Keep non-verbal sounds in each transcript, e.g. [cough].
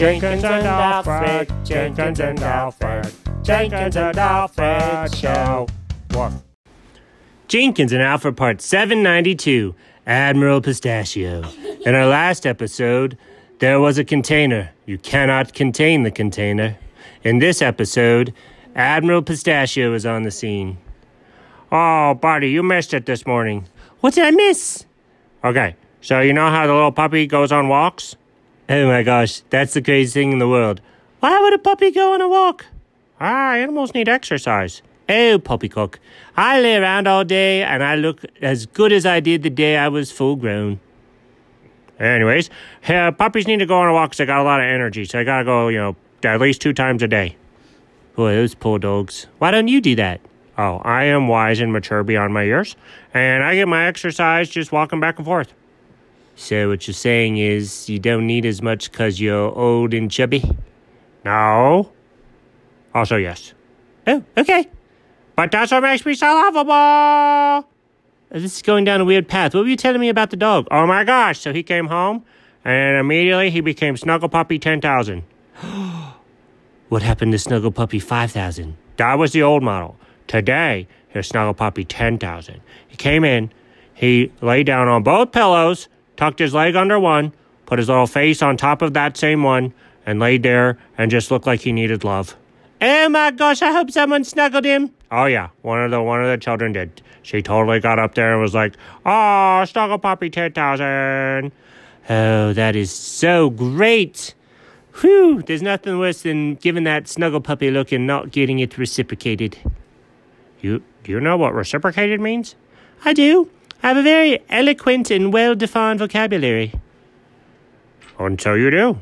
Jenkins and Alfred, Jenkins and Alfred, Jenkins and Alfred show. What? Jenkins and Alfred Part 792, Admiral Pistachio. In our last episode, there was a container. You cannot contain the container. In this episode, Admiral Pistachio is on the scene. Oh, buddy, you missed it this morning. What did I miss? Okay, so you know how the little puppy goes on walks? Oh my gosh, that's the craziest thing in the world. Why would a puppy go on a walk? Ah, animals need exercise. Oh, poppycock. I lay around all day and I look as good as I did the day I was full grown. Anyways, uh, puppies need to go on a walk 'cause they got a lot of energy, so they gotta go, you know, at least two times a day. Boy, those poor dogs. Why don't you do that? Oh, I am wise and mature beyond my years, and I get my exercise just walking back and forth. So what you're saying is you don't need as much 'cause you're old and chubby? No. Also yes. Oh, okay. But that's what makes me so lovable. This is going down a weird path. What were you telling me about the dog? Oh my gosh! So he came home, and immediately he became Snuggle Puppy ten thousand. What happened to Snuggle Puppy 5000? That was the old model. Today, here's Snuggle Puppy 10,000. He came in, he lay down on both pillows, tucked his leg under one, put his little face on top of that same one, and laid there and just looked like he needed love. Oh my gosh, I hope someone snuggled him. Oh yeah, one of the one of the children did. She totally got up there and was like, "Oh, Snuggle Puppy 10,000." Oh, that is so great. Whew, there's nothing worse than giving that snuggle puppy look and not getting it reciprocated. You do you know what reciprocated means? I do. I have a very eloquent and well defined vocabulary. And so you do.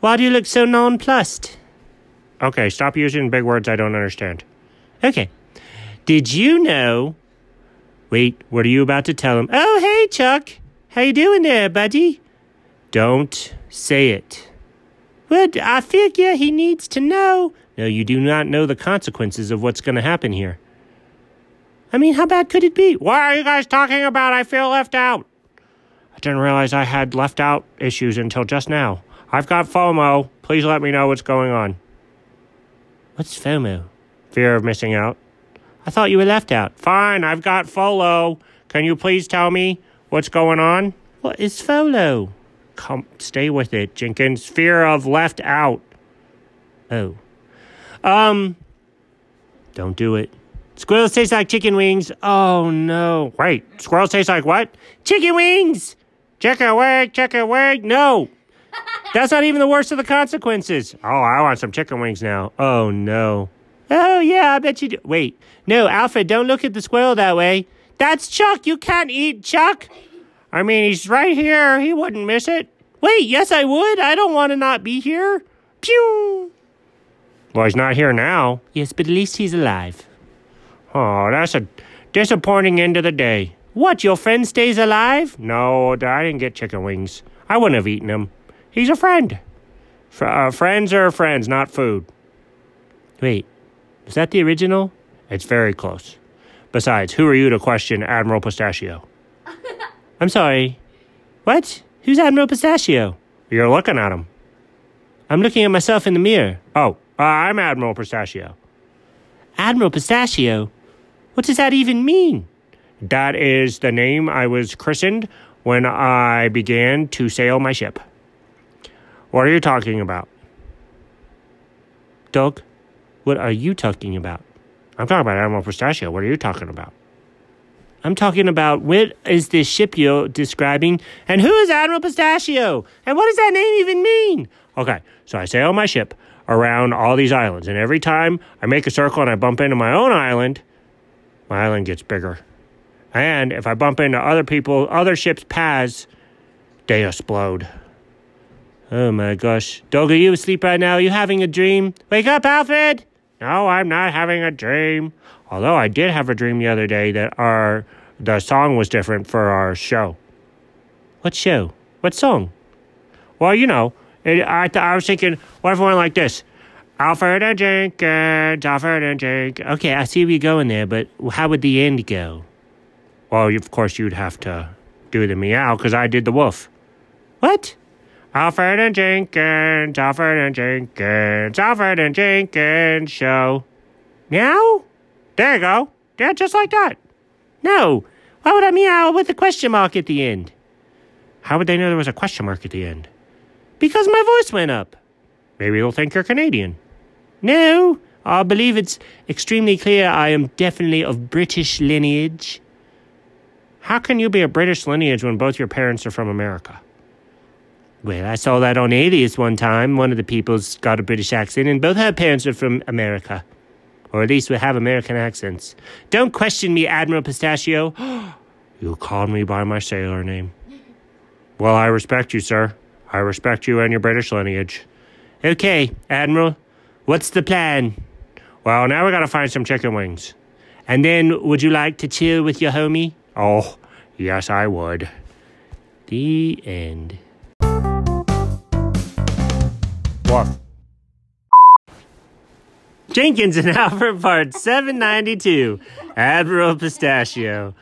Why do you look so nonplussed? Okay, stop using big words I don't understand. Okay. Did you know Wait, what are you about to tell him? Oh hey Chuck. How you doing there, buddy? Don't say it. But I figure he needs to know. No, you do not know the consequences of what's going to happen here. I mean, how bad could it be? What are you guys talking about? I feel left out. I didn't realize I had left out issues until just now. I've got FOMO. Please let me know what's going on. What's FOMO? Fear of missing out. I thought you were left out. Fine, I've got FOLO. Can you please tell me what's going on? What is FOLO? Come, stay with it, Jenkins. Fear of left out. Oh. Um. Don't do it. Squirrels taste like chicken wings. Oh no. Wait, squirrels taste like what? Chicken wings! Check it wig, check it wig. No. [laughs] That's not even the worst of the consequences. Oh, I want some chicken wings now. Oh no. Oh yeah, I bet you do. Wait. No, Alfred, don't look at the squirrel that way. That's Chuck. You can't eat Chuck. I mean, he's right here. He wouldn't miss it. Wait, yes, I would. I don't want to not be here. Pew. Well, he's not here now. Yes, but at least he's alive. Oh, that's a disappointing end of the day. What, your friend stays alive? No, I didn't get chicken wings. I wouldn't have eaten him. He's a friend. Fr- uh, friends are friends, not food. Wait, is that the original? It's very close. Besides, who are you to question Admiral Pistachio? I'm sorry. What? Who's Admiral Pistachio? You're looking at him. I'm looking at myself in the mirror. Oh, uh, I'm Admiral Pistachio. Admiral Pistachio? What does that even mean? That is the name I was christened when I began to sail my ship. What are you talking about? Doug, what are you talking about? I'm talking about Admiral Pistachio. What are you talking about? I'm talking about what is this ship you're describing, and who is Admiral Pistachio, and what does that name even mean? Okay, so I sail my ship around all these islands, and every time I make a circle and I bump into my own island, my island gets bigger. And if I bump into other people, other ships' paths, they explode. Oh my gosh. Dog, are you asleep right now? Are you having a dream? Wake up, Alfred! No, I'm not having a dream. Although I did have a dream the other day that our the song was different for our show. What show? What song? Well, you know, it, I th- I was thinking, what if it went like this? Alfred and Jenkins, Alfred and Jenkins. Okay, I see where you're going there, but how would the end go? Well, you- of course, you'd have to do the meow because I did the wolf. What? Alfred and Jenkins, Alfred and Jenkins, Alfred and Jenkins show. Meow? There you go. Yeah, just like that. No. Why would I meow with a question mark at the end? How would they know there was a question mark at the end? Because my voice went up. Maybe they'll think you're Canadian. No, I believe it's extremely clear I am definitely of British lineage. How can you be of British lineage when both your parents are from America? Well, I saw that on Alias one time. One of the people's got a British accent, and both her parents are from America. Or at least we have American accents. Don't question me, Admiral Pistachio. you called me by my sailor name. Well, I respect you, sir. I respect you and your British lineage. Okay, Admiral, what's the plan? Well, now we gotta find some chicken wings. And then, would you like to chill with your homie? Oh, yes, I would. The end. What? Jenkins and [laughs] Alfred Part 792 Admiral Pistachio.